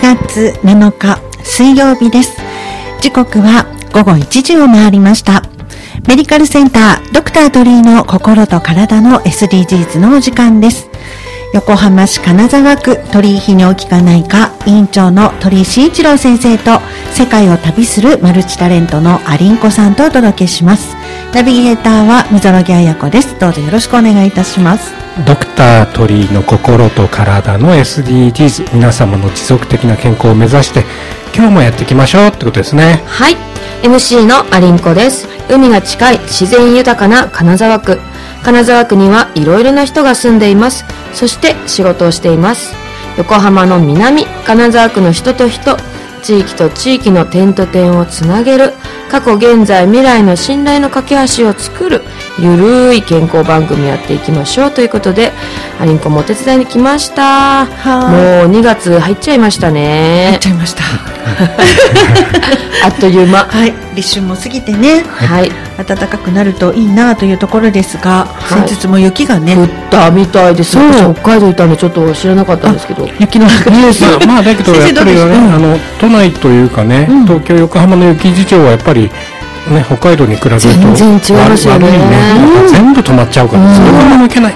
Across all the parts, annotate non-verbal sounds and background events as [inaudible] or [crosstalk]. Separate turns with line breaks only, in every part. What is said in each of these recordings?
月7日水曜日です。時刻は午後1時を回りました。メディカルセンタードクター鳥居の心と体の SDGs のお時間です。横浜市金沢区鳥居泌尿器科内科委員長の鳥居慎一郎先生と世界を旅するマルチタレントのアリンコさんとお届けします。ナビゲーターは溝木彩子です。どうぞよろしくお願いいたします。
ドクター鳥の心と体の SDGs 皆様の持続的な健康を目指して今日もやっていきましょうってことですね
はい MC のアリンコです海が近い自然豊かな金沢区金沢区にはいろいろな人が住んでいますそして仕事をしています横浜の南金沢区の人と人地域と地域の点と点をつなげる過去現在未来の信頼の架け橋を作るゆるい健康番組やっていきましょうということでアリンコもお手伝いに来ましたもう2月入っちゃいましたね
入っちゃいました
あっという間
はい立春も過ぎてね
はい
暖かくなるといいなというところですが、はい、先日も雪がね
降ったみたいです北海道いたんでちょっと知らなかったんですけど
雪のニュー
[laughs]
スまあだけどやっぱりねあの都内というかね、うん、東京横浜の雪事情はやっぱりね、北海道に比べると
全然違いますよね、ね
うん、全部止まっちゃうから、うん、それから抜けない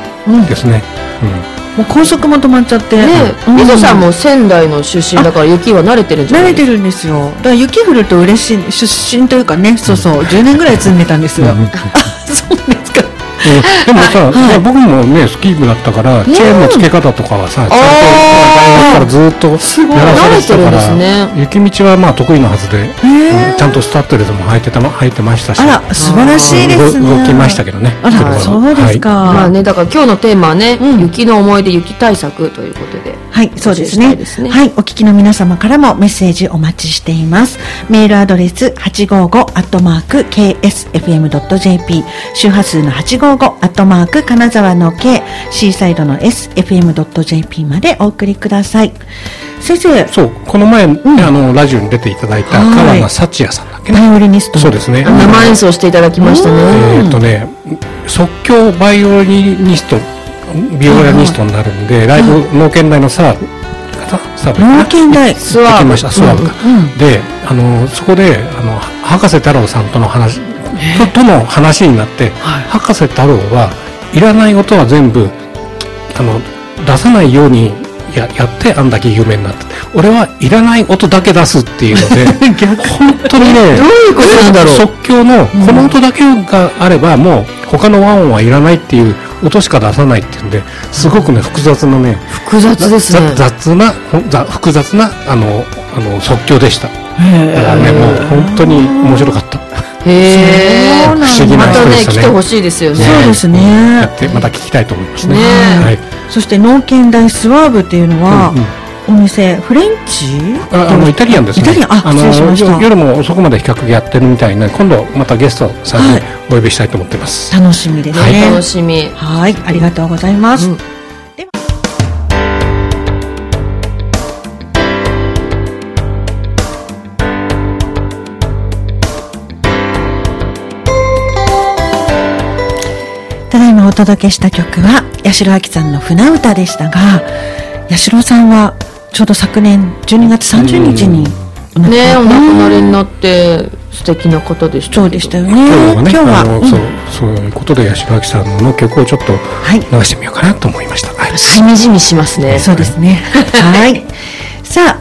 ですね、
うん、うん、もう高速も止まっちゃって
ねみぞ、さんも仙台の出身だから雪は慣れてるんじゃ
慣れてるんですよだから雪降ると嬉しい出身というかねそうそう10年ぐらい住んでたんですよ [laughs] そうですか
でもさ、はい、僕もねスキー部だったから、チェーンの付け方とかはさ、ちゃんと大学からずっとやらされてたから、ね、雪道はまあ得意なはずで、ちゃんとスタッドレスも履いてた履いてましたし、
あら素晴らしいです
動きましたけどね。
あらそうですか。
まあねだから今日のテーマはね、雪の思い出雪対策ということで。
はい、そうですね。はい、お聞きの皆様からもメッセージお待ちしています。メールアドレス八五五アットマーク ksfm ドット jp 周波数の八五55アットマーク金沢の K シーサイドの SFM.jp までお送りください先生
そうこの前、うん、あのラジオに出ていただいた川名幸也さんだっけ
バイオリニスト
そうですね
生演奏していただきましたね
えっとね即興バイオリニストビオラニストになるんで、ライブ農研大のサーブ
サーブ農研大
スワーブスワーブか、であのそこであの博士太郎さんとの話ととの話になって、はい、博士太郎はいらない音は全部あの出さないようにややってあんだけ有名になった俺はいらない音だけ出すっていう
[laughs]
ので本当にね
どういうことなんだろう
即興のこの音だけがあれば、もう他の和音はいらないっていう音しか出さないっていうんですごくね複雑なね
複雑ですね
雑な複雑なあのあの即興でしただからねもう本当に面白かった。
へえ。不思議な人ですね。またね来てほしいですよね。
そうですね。
また聞きたいと思いますね。
はい。そして農研大スワーブっていうのは。お店フレンチ
あのイタリアンですね
イタリアンあ
あの夜も遅くまで比較やってるみたいな今度またゲストさんにお呼びしたいと思ってます、
楽しみです
ね、楽しみ
はいありがとうございます、ただいまお届けした曲は八代亜紀さんの「船歌」でしたが八代さんはちょうど昨年12月30日に
お亡くなりになって素敵な方でした
そうでしたよね今
日は,、そうそういうことで八代亜紀さんの曲をちょっと流してみようかなと思いました、
しみじみしますね
そうですねはい [laughs] さあ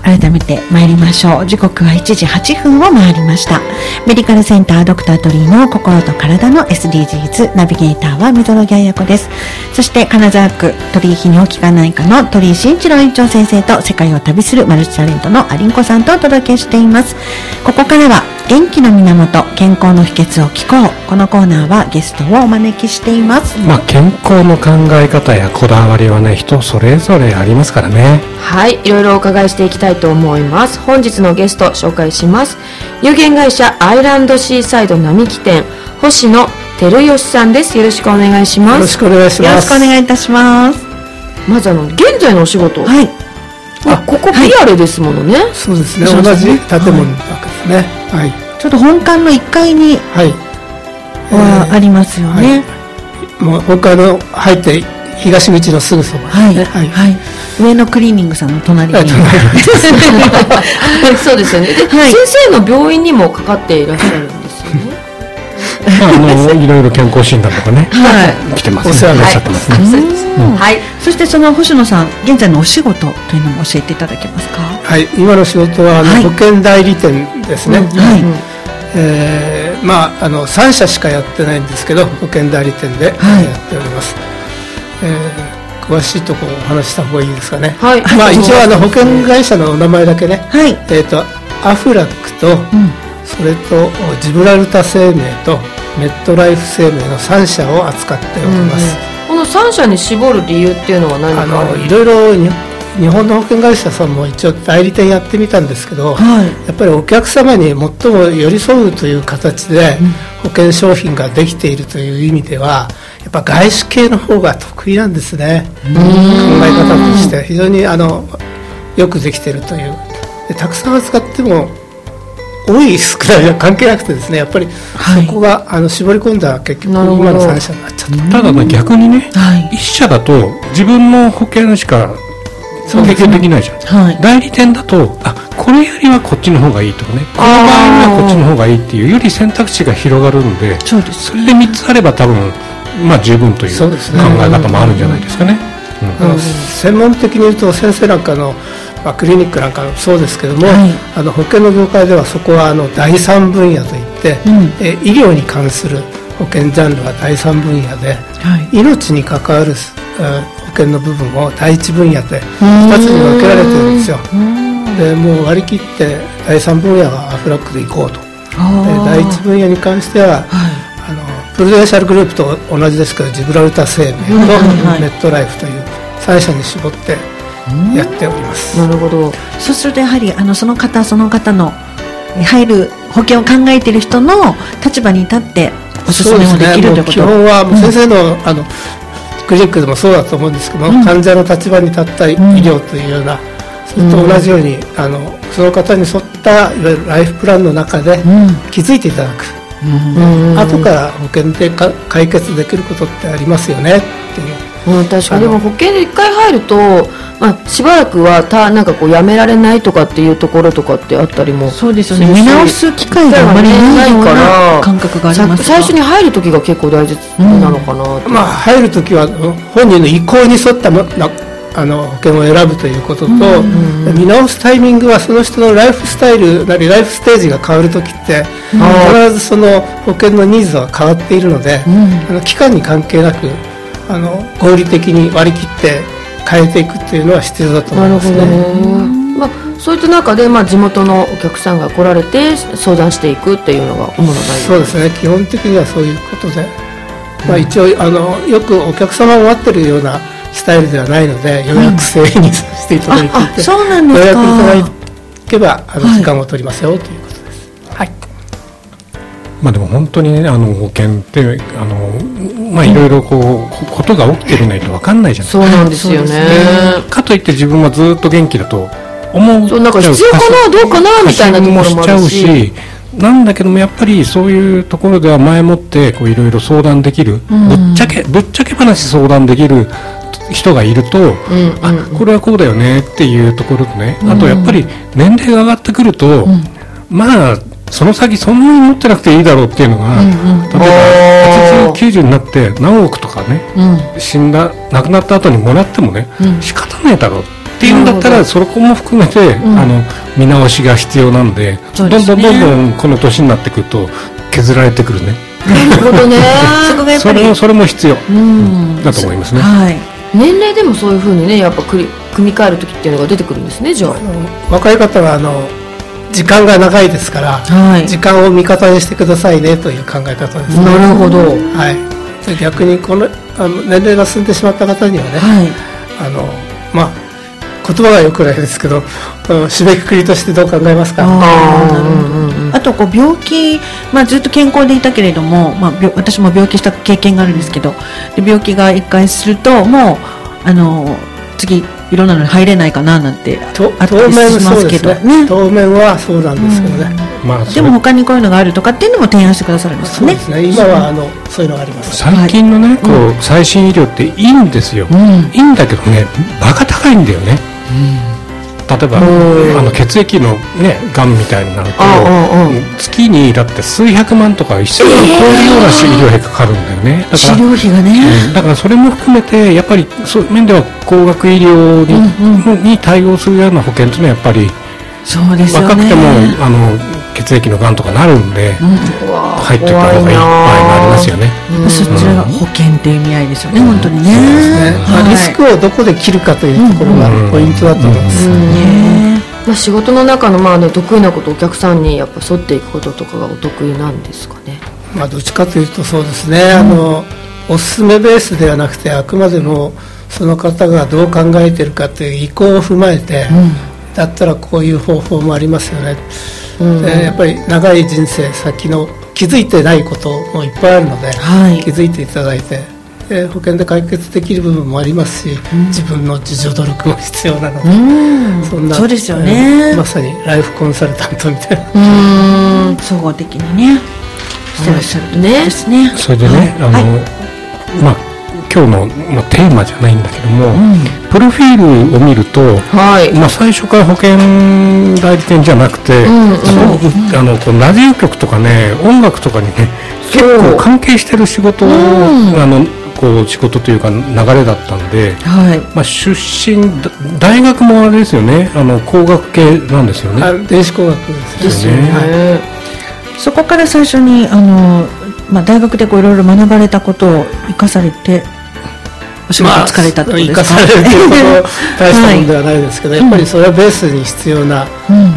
改めて参りましょう時刻は1時8分を回りましたメディカルセンタードクタートリーの心と体の SDGs ナビゲーターは溝呂彩子ですそして金沢区鳥居泌尿器科内科の鳥居慎一郎院長先生と世界を旅するマルチタレントのアリンコさんとお届けしていますここからは元気の源健康の秘訣を聞こうこのコーナーはゲストをお招きしています
まあ健康の考え方やこだわりはね人それぞれありますからね
はいいろいろお伺いしていきたいと思います本日のゲスト紹介します有限会社アイランドシーサイド並木店星野照義さんですよろしくお願いしますよ
ろしくお願いします
よろしくお願いいたします
まずあの現在のお仕事
はい
あここ PR ですものね、
そうですね同じ建物なわけですねはい、
ちょっと本館の1階にはいはありますよね、
もう本館の入って東口のすぐそば
はい、はい上のクリーニングさんの隣に
えっとね
そうです [laughs] よね。で、
はい
先生の病院にもかかっていらっしゃるんですよね。
まああのいろいろ健康診断とかね
はい
[laughs] 来てます
お世話に
い
な
ら
っ
っ
ち
し
ゃ
ゃ
っ
ってて
ま
ますね
うん
はい。
そしてその星野さん現在のお仕事というのも教えていただけますか
はい、今の仕事はあの、
はい
保険代理店ですね、
はい
えーまああの3社しかやってないんですけど保険代理店でや
はい
っております、えー詳しいところお話しした方がいいですかね、
はい
まあ、
はい
一応あの保険会社のお名前だけね、
はい
えー、とアフラックと、それとジブラルタ生命とメットライフ生命の3社を扱っております、
この三社に絞る理由っていうのは何
あ
かあ
の
る
いろいろに日本の保険会社さんも一応代理店やってみたんですけど、
はい
やっぱりお客様に最も寄り添うという形で保険商品ができているという意味ではやっぱ外資系の方が得意なんですね考え方として非常にあのよくできているというでたくさん扱っても多い少ないは関係なくてですねやっぱり
はい
そこが、あの絞り込んだら結局
な
今
るほど
の3社になっちゃった。
ただね逆にね
はい
一社だと自分の保険しか
う
経験できないじゃん、
はい
代理店だとあこれよりはこっちの方がいいとかねこの場合はこっちの方がいいっていうより選択肢が広がるんで
そうです
それで3つあれば多分まあ十分という
そ
考
うですね
え方もあるんじゃないですかね。うん
あの専門的に言うと先生なんかの、まあ、クリニックなんかもそうですけども、
はい
あの保険の業界ではそこはあの第三分野といって、え医療に関する保険ジャンルは第三分野で
はい
命に関わる、えー保険の部分を第一分野で2つに分けられてるんですよ。でもう割り切って第三分野はアフラックで行こうと。
あ
で
ー
第一分野に関しては、あのプルデンシャルグループと同じですけどジブラルタ生命と
はい
メットライフという3社に絞ってやっております、
なるほど。
そうするとやはりあのその方その方のえ入る保険を考えている人の立場に立っておすすめもできるという
もう
こ
基
と
本はもう先生の,、あのクリニックでもそうだと思うんですけど、患者の立場に立った医療というような、それと同じようにあのその方に沿ったいわゆるライフプランの中で気づいていただく、後から保険でか解決できることってありますよねっていう。
うん、確かにで
あの
も保険で一回入ると、まあ、しばらくはたなんかこうやめられないとかっていうところとかってあったりも
そうですよね
し
見直す機会があまりないような感覚がありますが
さ最初に入る時が結構大事なのかなって、
まあ、入るときは本人の意向に沿ったもなあの保険を選ぶということと、見直すタイミングはその人のライフスタイルなりライフステージが変わるときって、必ずその保険のニーズは変わっているので、あの期間に関係なくあの合理的に割り切って変えていくっていうのは必要だと思いますね。
まあ、そういった中で、まあ、地元のお客さんが来られて相談していくっていうのが主な内容
そうですね基本的にはそういうことで、まあ、一応あのよくお客様を待ってるようなスタイルではないので予約制にさせていただいていて、
ああそうなんですか
予約いただけばあの
はい
時間を取りますよ、ということですはい
まあでも本当にねあの保険ってあのまあいろいろこうこことが起きてみないとわかんないじゃない
そうなんですよね
かといって自分はずっと元気だと思う
そうなんか必要かなどうかなみたいなところもあるし
過信もしちゃうしなんだけどもやっぱりそういうところでは前もってこういろいろ相談できる、ぶっちゃけぶっちゃけ話相談できる人がいると、あこれはこうだよねっていうところとね、あとやっぱり年齢が上がってくると、まあその先そんなに持ってなくていいだろうっていうのが、例えば80、90になって何億とかね、死んだ亡くなった後にもらってもね、仕方ないだろうっていうんだったらそこも含めて、あの見直しが必要なんで
そうで
どん
す
どん
ね
どんどんこの年になってくると削られてくるね
なるほどね [laughs]
そこがやっ
そ
ぱり
れもそれも必要だと思いますね。
はい
年齢でもそういうふうにねやっぱくり組み替える時っていうのが出てくるんですねじゃあ
あの若い方はあの時間が長いですから、
はい
時間を味方にしてくださいねという考え方ですね
なるほど
はいで逆にこのあの年齢が進んでしまった方にはね、
はい
あのまあ言葉がよくないですけど、うん締めくくりとしてどう考えますか。
あーなるほどあとこう病気、まあ、ずっと健康でいたけれども、まあ、病私も病気した経験があるんですけどで病気が一回するともうあの次色なのに入れないかななんて
と
あった
当
り
面
しま
そ
す
う
け
です
ど
ね
ね
当面はそうなんですよね、
まあそ
で
れ
も他にこういうのがあるとかっていうのも提案してくださるんです
そう
ね
ですね今はあのそういうのがあります
最近のね、こう最新医療っていいんですよ、いいんだけどねバカ高いんだよね、例えばあの血液のねがんみたいになると
あああ
月にだって数百万とか一千万超えるような治療費かかるんだよねだ
治
から
療費がね、
だからそれも含めてやっぱりそういう面では高額医療に,、に対応するような保険っていうのはやっぱり
そうですよね
若くてもあの血液のがんとかなるんで、入っておいた方がいい場合もありますよね。
そちらが保険っていう意味合いですよね、本当にね
ねまあ、リスクをどこで切るかというところがポイントだと思います、
ね
まあ、仕事の中のまあ、ね、得意なことお客さんにやっぱ沿っていくこととかがお得意なんですかね
まあ、どっちかというとそうですね、あのおすすめベースではなくてあくまでもその方がどう考えてるかという意向を踏まえて、だったらこういう方法もありますよね、でやっぱり長い人生先の気づいてないこともいっぱいあるので、
はい
気づいていただいてで保険で解決できる部分もありますし、自分の自助努力も必要なので、そんな
そうですよね
えーまさにライフコンサルタントみたいな
総合的にねしてらっしゃるとねですね
それでね、あの、まあ今日の、まあ、テーマじゃないんだけども、プロフィールを見ると、
はい
まあ、最初から保険代理店じゃなくて、そうあのこうラジオ局とかね音楽とかにね結構関係してる仕事を、あのこう仕事というか流れだったんで、
はい
まあ、出身だ大学もあれですよねあの工学系なんですよね。
あ電子工学です
ですよね、
そこから最初にあの、まあ、大学でこういろいろ学ばれたことを生かされてお仕事
まあ
疲れたってことですか、
生かされるということ大したもんではないですけど、やっぱりそれはベースに必要な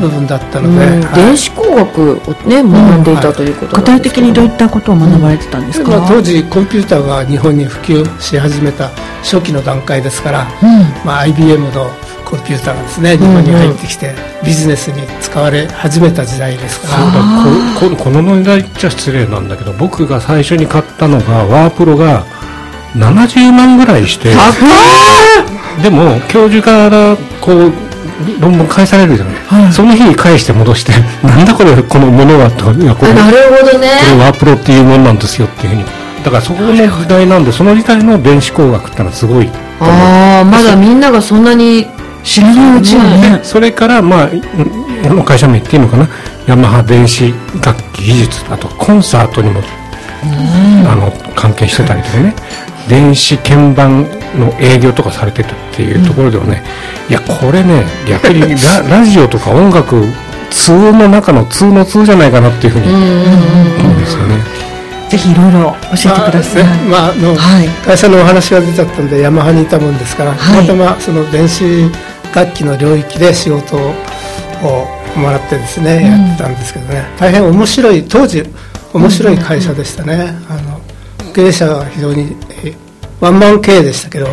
部分だったので、
うん
はい
電子工学をね学んでいたということ
具
なん
体
です
的
けど
にどういったことを学ばれてたんですか、
まあ当時コンピューターが日本に普及し始めた初期の段階ですから、まあ、IBM のコンピューターがですね日本に入ってきてビジネスに使われ始めた時代ですから、
そうだこここの年代っちゃ失礼なんだけど僕が最初に買ったのがワープロが70万ぐらいしてでも教授からこう論文返されるじゃない、その日に返して戻して「なんだこれこのものは」といやこ
あ
の
なるほどね
これワープロっていうものなんですよっていうふうにだからそこの時代なんでその時代の電子工学ってのはすごい
ああまだみんながそんなに
知らないうちにね
でそれから、まあ、いうん会社名言っていうのかなヤマハ電子楽器技術あとコンサートにもあの関係してたりとかね電子鍵盤の営業とかされてたっていうところではね、いやこれね逆にラ [laughs] ラジオとか音楽通の中の通の通じゃないかなっていうふうに思うんですよね。
ぜひいろいろ教えてください、
まああの
はい
会社のお話が出ちゃったんでヤマハにいたもんですから、
はい
たまたまその電子楽器の領域で仕事をもらってですね、やってたんですけどね大変面白い当時面白い会社でしたね、あの経営者が非常にえワンマン経営でしたけど、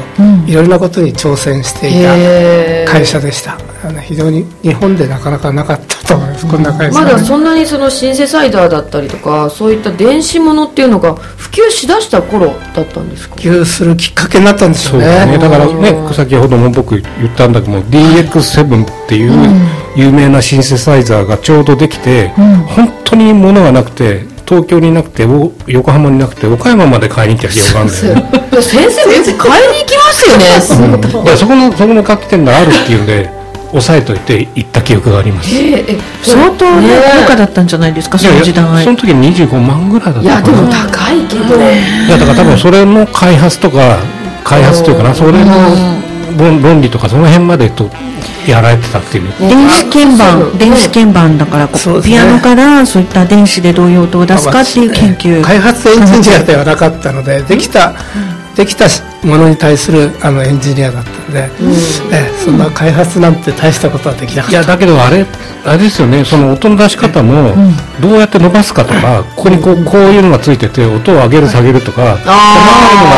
いろいろなことに挑戦してい
へ
た会社でした、あの非常に日本でなかなかなかったと思います、こんな会社
ま
はね
だそんなにそのシンセサイダーだったりとかそういった電子ものっていうのが普及しだした頃だったんですか
普及するきっかけになったんでし
そ
ょ
う
う
だね。
ね
だからね、先ほども僕言ったんだけども、DX7 っていう有名なシンセサイザーがちょうどできて、本当に物がなくて、東京になくて、お横浜になくて、岡山まで買いに行った日があるんだよね。
いや先生もよく買いに行きますよね
だからそこの、そこの楽器店があるっていうんで、押さえといて行った記憶があります。い
ええ
相当ね
ねえ
高価だったんじゃないですかそ
やい
の
や
時代
その時25万ぐらいだっ
いや
た
で
かな。
も高いけどね
いやだから多分それの開発とか、開発というかな、それの論論理とかその辺までとやられてたっていう。
電子鍵
そう
盤電子鍵盤だからこう
そうですね
ピアノからそういった電子でどういう音を出すかっていう研究
開発エンジニアではなかったのでできたできたものに対するあのエンジニアだったんで、ええそんな開発なんて大したことはできなか
い
っ
やだけどあれあれですよねその音の出し方もどうやって伸ばすかとか、ここにこうこういうのがついてて音を上げる下げるとか細かいのが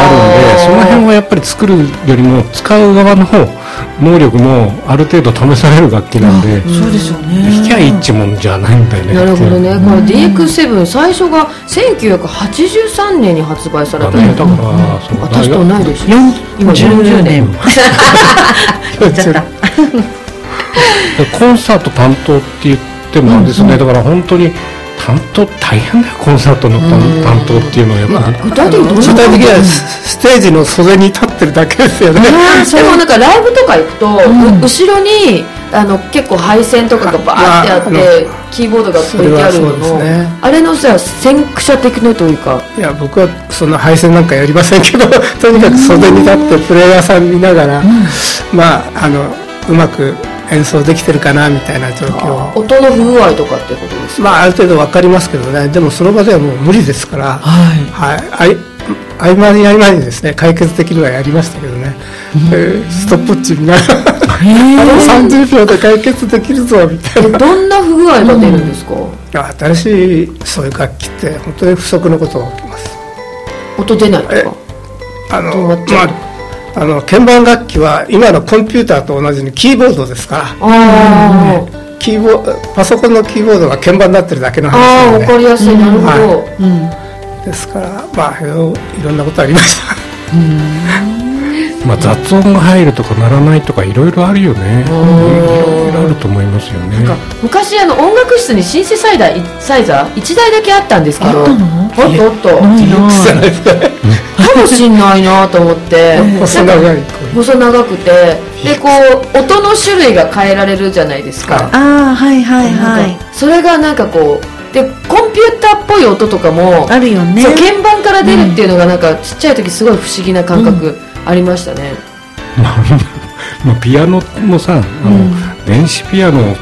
あるんでその辺はやっぱり作るよりも使う側の方能力もある程度試される楽器なんで
そうですよね
弾きゃいいっちもんじゃないんだよね
なるほどね、この DX7 最初が1983年に発売され
だ
た
ねだ
の、
から、その
私と同い年今
40
40
年
[laughs]
年
言っちゃった
でコンサート担当って言ってもあれですよね、だから本当に担当大変だよコンサートの担担当っていうのはやっぱ、
具体的にどんな
具体的にはスステージの袖に立ってるだけですよね。
でもなんかライブとか行くと、う後ろにあの結構配線とかがバーってあって、
まあ
キーボードが置いてあるの
それはそう
の、
ですね
あれのさ先駆者的なというか
いや僕はそんな配線なんかやりませんけどとにかく袖に立ってプレイヤーさん見ながら、まああのうまく演奏できてるかなみたいな状況を
音の不具合とかってことですよ
まあある程度わかりますけどねでもその場ではもう無理ですから、
はい
はい、あい合間に合間にですね解決できるのはやりましたけどね、えーストップウォッチ見ながらあの30秒で解決できるぞみたいな
えどんな不具合が出るんですか、
新しいそういう楽器って本当に不足のことが起きます
音出ないと
え
か
あの
止まっち
ま
ゃう
ああの鍵盤楽器は今のコンピューターと同じにキーボードですから
あー、
キーボーパソコンのキーボードが鍵盤になってるだけの
あー
話な
わか
の
りやすい、なるほど、
はでですからまあいろいろんなことありました
まあ、雑音が入るとかならないとかいろいろあるよねいろいろあると思いますよね
昔あの音楽室にシンセサイダーサイザー1台だけあったんですけどあったのあったあっ
ないな
たかもしんないなと思って
細長いこ
細長くてでこう音の種類が変えられるじゃないですか
ああはいはいはい
それがなんかこうでコンピューターっぽい音とかも
あるよね
そう鍵盤から出るっていうのがなんかちっちゃい時すごい不思議な感覚ありましたね
まあまあピアノもさあの、電子ピアノ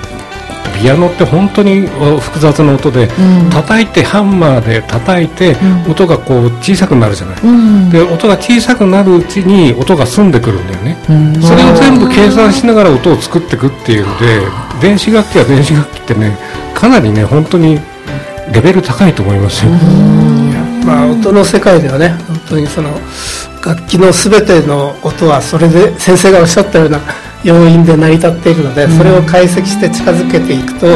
ピアノって本当にお複雑な音で、叩いてハンマーで叩いて、音がこう小さくなるじゃない、で音が小さくなるうちに音が澄んでくるんだよね、それを全部計算しながら音を作っていくっていうので電子楽器は電子楽器ってねかなりね本当にレベル高いと思いますよ、
うまあ音の世界ではね本当にその楽器の全ての音はそれで先生がおっしゃったような要因で成り立っているのでそれを解析して近づけていくと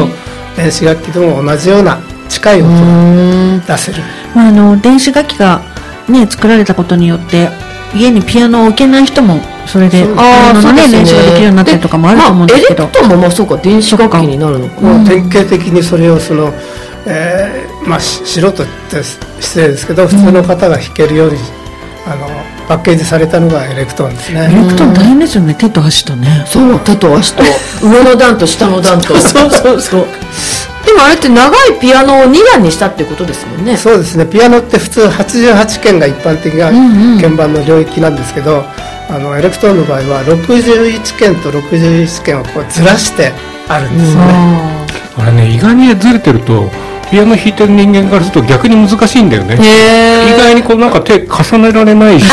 電子楽器でも同じような近い音が出せる。
まあ、あの電子楽器が、ね、作られたことによって家にピアノを置けない人もそれでピアノの、ね練習ができるようになったりとかもあると思うんですけど、
まあエレクトンもまあそうか電子楽器になるのか
もう典型的にそれをその、えーまあし素人って失礼ですけど普通の方が弾けるように、あのパッケージされたのがエレクトーンです
エレ
ね。
クトーン大変ですよね手と足とね
そう手と足と上の段と下の段とそうそうそうでもあれって長いピアノを2段にしたってことですもんね
そうですねピアノって普通88鍵が一般的な鍵盤の領域なんですけど、あのエレクトーンの場合は61鍵と61鍵をこうずらしてあるんですよね。
あれね意外にずれてるとピアノ弾いてる人間からすると逆に難しいんだよね意外にこうなんか手重ねられない [laughs] し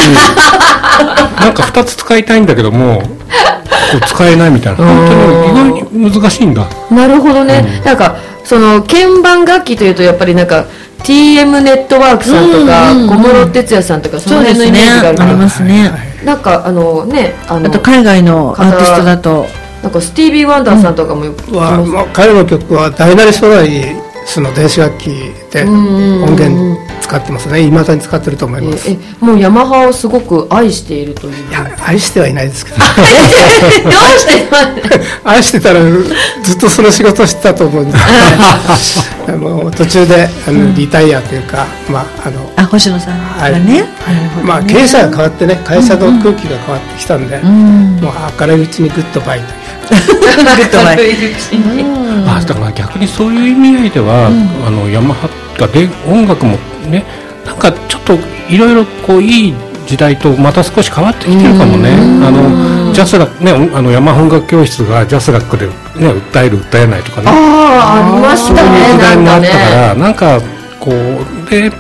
なんか2つ使いたいんだけどもこう使えないみたいな本当に意外に難しいんだ
なるほどね、なんかその鍵盤楽器というとやっぱりなんか TM ネットワークさんとか小室哲哉さんとかその辺のイメージがあるか
あ
ら、
りますね、
なんかあのねあの
あと海外のアーティストだと
なんかスティービー・ワンダーさんとかもよく聞きます
はまあ、彼の曲は大なり小なりその電子楽器で音源使ってますね未だに使ってると思います。
ええもうヤマハをすごく愛しているという
い
[laughs]
や愛してはいないですけど [laughs]
えどうして [laughs]
愛してたらずっとその仕事をしてたと
[laughs]
思うんですけど、ね、もう途中であのリタイアというか、まああの
あ星野さんがね、なるほどね
まあ、経営者が変わってね会社の空気が変わってきたんで、もう明るいうちにグッドバイという
バイ
明るいうちに
あだから逆にそういう意味合いでは、あのヤマハがで音楽もねなんかちょっといろいろこういい時代とまた少し変わってきてるかもね、あのジャスラックねあのヤマハ音楽教室がジャスラックで、ね、訴える訴えないとかね
ああありまし
そう
た
いう
ね
時
な
代
ん
もあ
か
ったか
ね
ら、なんかこうで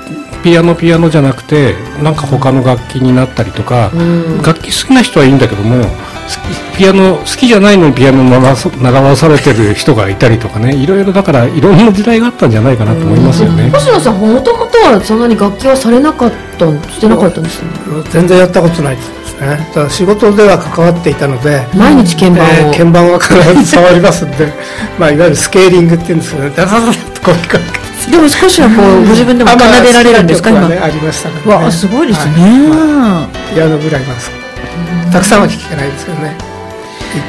ピアノピアノじゃなくてなんか他の楽器になったりとか、楽器好きな人はいいんだけどもピアノ好きじゃないのにピアノ習わさ習わされてる人がいたりとかねいろいろだからいろんな時代があったんじゃないかなと思いますよね。
星野さんもともとはそんなに楽器はされなかったしてなかったんですよね
全然やったことないですねただ仕事では関わっていたので、
毎日鍵盤
え
を、
ー鍵盤は必ず触りますんで [laughs] まあいわゆるスケーリングっていうんですけどねダダダダッとこう聞かれて
でも少しはこうご自分でも奏でられるんですか
あま
今
あ好きな曲はね、ありましたから
わあすごいですね、
はピアノぐらいはたくさんは聴けないですけどね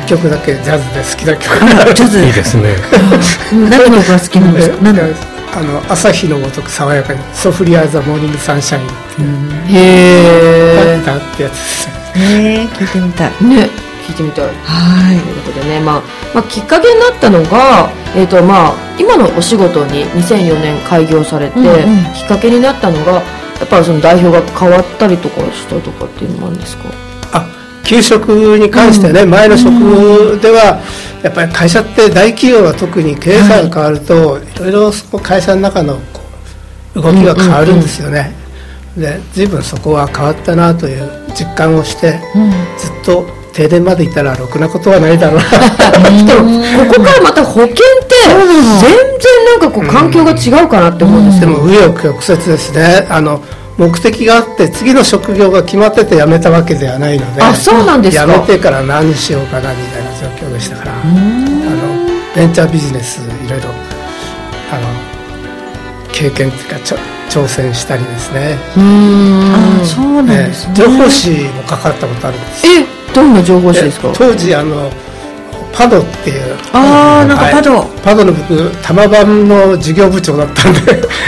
一曲だけジャズで好きな
[laughs]
曲
あらジャズ
いいです
[laughs]
ね。
何の曲が好きなんですか何の
えーあの朝日のごとく爽やかに「ソフリア・ザ・モーニング・サンシャイン」っていう
へ
歌ってやつですね
ねえ聞いてみたい
えね聞いてみたいと
は
いうことでね、まあ、まあきっかけになったのが、えーとまあ、今のお仕事に2004年開業されて、
うんうん
きっかけになったのがやっぱりその代表が変わったりとかしたとかっていうのもあるんですか
あ給食に関してね、前の職ではやっぱり会社って大企業は特に経済が変わると、い、ろいろそこ会社の中のこう動きが変わるんですよね、で随分そこは変わったなという実感をして、ずっと定年までいたらろくなことはないだろうな
でもここからまた保険って全然なんかこう環境が違うかなって思うんです
で
けど、
も紆余曲折ですねあの目的があって次の職業が決まってて辞めたわけではないので
あそうなんですか
辞めてから何しようかなみたいな状況でしたからあのベンチャービジネスいろいろあの経験っていうかちょ挑戦したりですね、
いあそうなんですね
ええ情報誌もかかったことあるんです
えどんな情報誌ですか
で当時あのパドっていう
あーなんかパド
はいパドの僕玉版の事業部長だったんで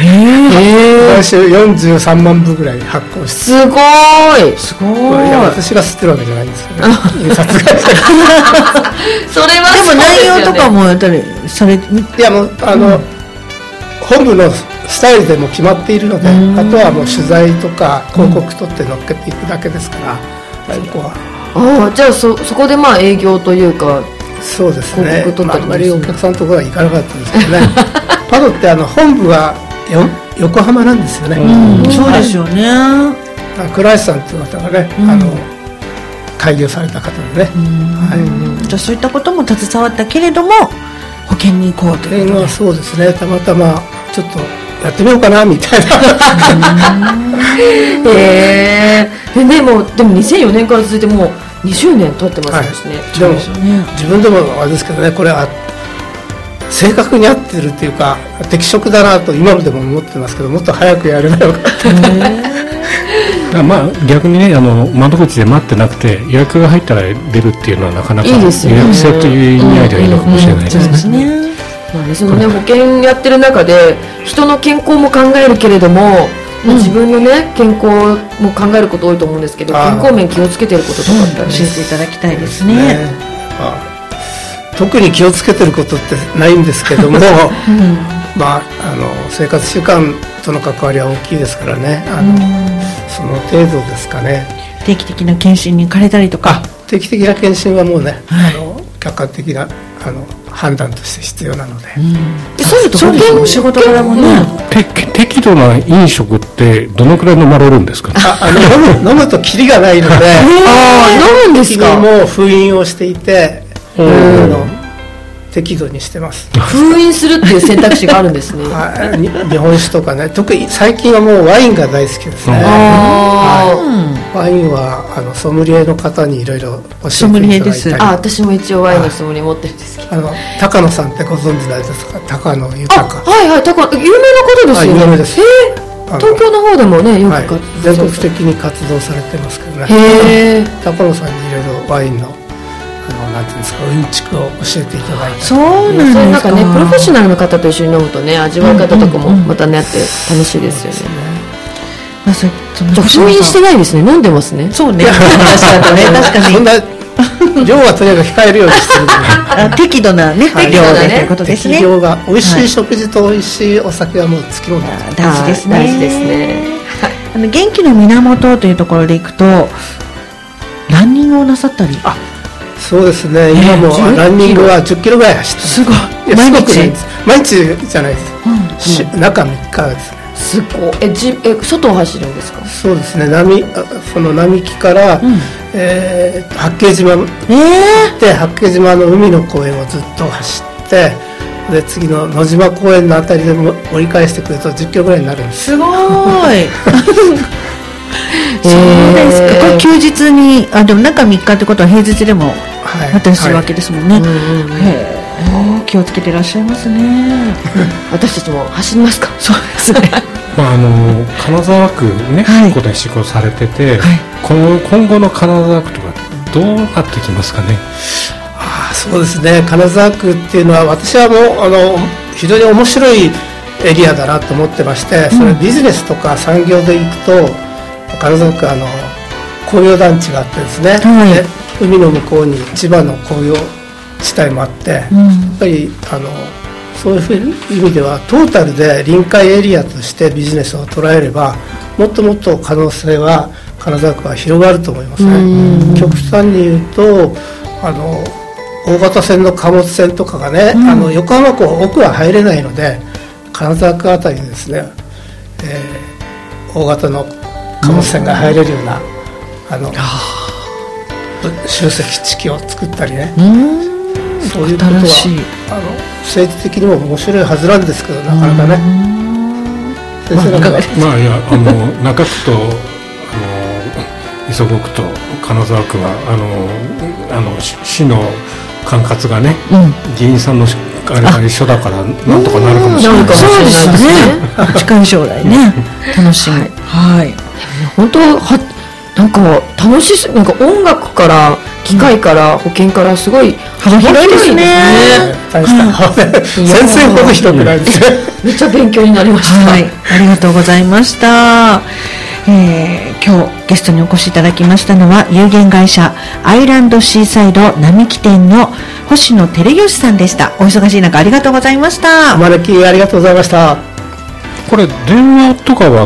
へえ
毎週43万部ぐらい発行して
すごーい
すごい
いや私が吸ってるわけじゃないんですけど、印刷会社
それ
でも内
は
容とか
も
もやっぱりそれみ
いやもうあの、本部のスタイルでも決まっているのであとはもう取材とか広告取って乗っけていくだけですから、そこは
ああじゃあそそこでまあ営業というか
そうですね
広告取った
あ
り
ん
も
ます
る
りお客さんのところは行かなかったんですけどねパドってあの本部はよ横浜なんですよね、
そうですよね
まあ倉橋さんという方がね、あの開業された方でね、はい
じゃあそういったことも携わったけれども保険に行こうと
こ
いうこ
れ
と
は
で
そうですねたまたまちょっとやってみようかなみたいな
へえでねもうでも2004年から続いてもう20年経ってますもんね、
でも自分でもあれですけどねこれは正確に合ってるっていうか適職だなと今でも思ってますけどもっと早くやればよかった
だからまあ逆にねあの窓口で待ってなくて予約が入ったら出るっていうのはなかなか
いい
予約
ですよね
制という意味合いではいいのかもしれないですね。
すね
まあねそのね保険やってる中で人の健康も考えるけれども、自分のね健康も考えること多いと思うんですけど
あー
健康面気をつけてることとか
教
ってあるんです
えていただきたいです
ね
ね
まあ特に気をつけてることってないんですけ
[laughs]
ども、まあ、あの生活習慣との関わりは大きいですからねあの、その程度ですかね
定期的な検診に行かれたりと
あ
か
定期的な検診はもうね、あの客観的なあの判断として必要なので、
そういう
そうですね
仕事柄もね
て適度な飲食ってどのくらい飲まれるんですか
ああの
[laughs]
飲む飲むとキリがないので
あー飲むんですか
適宜もう封印をしていてあの適度にしてます
封印するっていう選択肢があるんですねあ
あに日本酒とかね特に最近はもうワインが大好きですね
あ
ワインはあのソムリエの方にいろいろ教え
ソムリ
て
エ
いた
で
だい
す
た
あ
り
私も一応ワインのつもり持ってるんですけど
あの高野さんってご存知ないですか高野
あ
豊
はいはいだから有名なことですよね
あ有名です
へえ
あの
東京の方でもねよく
はい
活動、
全国的に活動されてますけどね
へえ
高野さんにいろいろワインのあのなんていうんですかうんちくを教えていただいて
そう
そう
な
なんん
です
か
か
ねプロフェッショナルの方と一緒に飲むとね味わい方とかもまたねあって楽しいですよね、
まあそうその
じゃあ封印してないですね飲んでますね
そう [laughs] ね確かにね確か
そん
[laughs]
に
な量はとにかく控えるようにしてるんで
あ適度なね量
は
で
い
ということです
適
ね
量が美味し
はい
い食事と美味しいお酒はもうつきものです
大事ですね
はい大事ですね
あの元気の源というところでいくとランニングをなさったり
そうですね今も
10
ランニングは1 0キロぐらい走ってます
ごい
い
毎
やすごく
日
ないです毎日じゃないです、し中3日ですね
す
すごいえじえ外を走るんですか
そうですね並あその並木から、えー八景島まで
ええ
で八景島の海の公園をずっと走ってで次の野島公園のあたりでも折り返してくると10キロぐらいになるんです
すごい [laughs] そうですか、これ休日にあでも中3日ってことは平日でも
はい
私るわ
は
け
い
ですもんね、
うんうんうん
へえ気をつけてらっしゃいますね
私たちも走りますか
そう [laughs] ですね
まあ、あの金沢区ね、
はい
ここで仕事されて
は
て、
い
この今後の金沢区とかどうなってきますかね
あーそうですね金沢区っていうのは私はもうあの非常に面白いエリアだなと思ってまして、それビジネスとか産業で行くと金沢区あの工業団地があってですね、
はい
で海の向こうに千葉の工業地帯もあって、やっぱりあのそういうふう意味ではトータルで臨海エリアとしてビジネスを捉えればもっともっと可能性は金沢区は広がると思いますね。極端に言うとあの大型船の貨物船とかがね、あの横浜港奥は入れないので金沢区あたりにですね、えー大型の貨物船が入れるような、あの集積地域を作ったりね、そういうことは
新しい
あの政治的にも面白いはずなんですけどなかなかね先生なんか
まあい [laughs] やあの中区とあの磯子区と金沢区はあのあのし市の管轄がね、議員さんのしあれが一緒だからなんとかなるかもしれない
なんか
そうですね近い将来 [laughs] ね楽しみはい、
本当はなんか楽しそうなんか音楽から機械から保険からすごい
幅広いですね
大した [laughs] 先生ほど広くないですね
めっちゃ勉強になりました、
はい、ありがとうございました。えー今日ゲストにお越しいただきましたのは有限会社アイランドシーサイド並木店の星野照義さんでした。お忙しい中
[laughs]
ありがとうございました。
お招きありがとうございました
これ電話とかは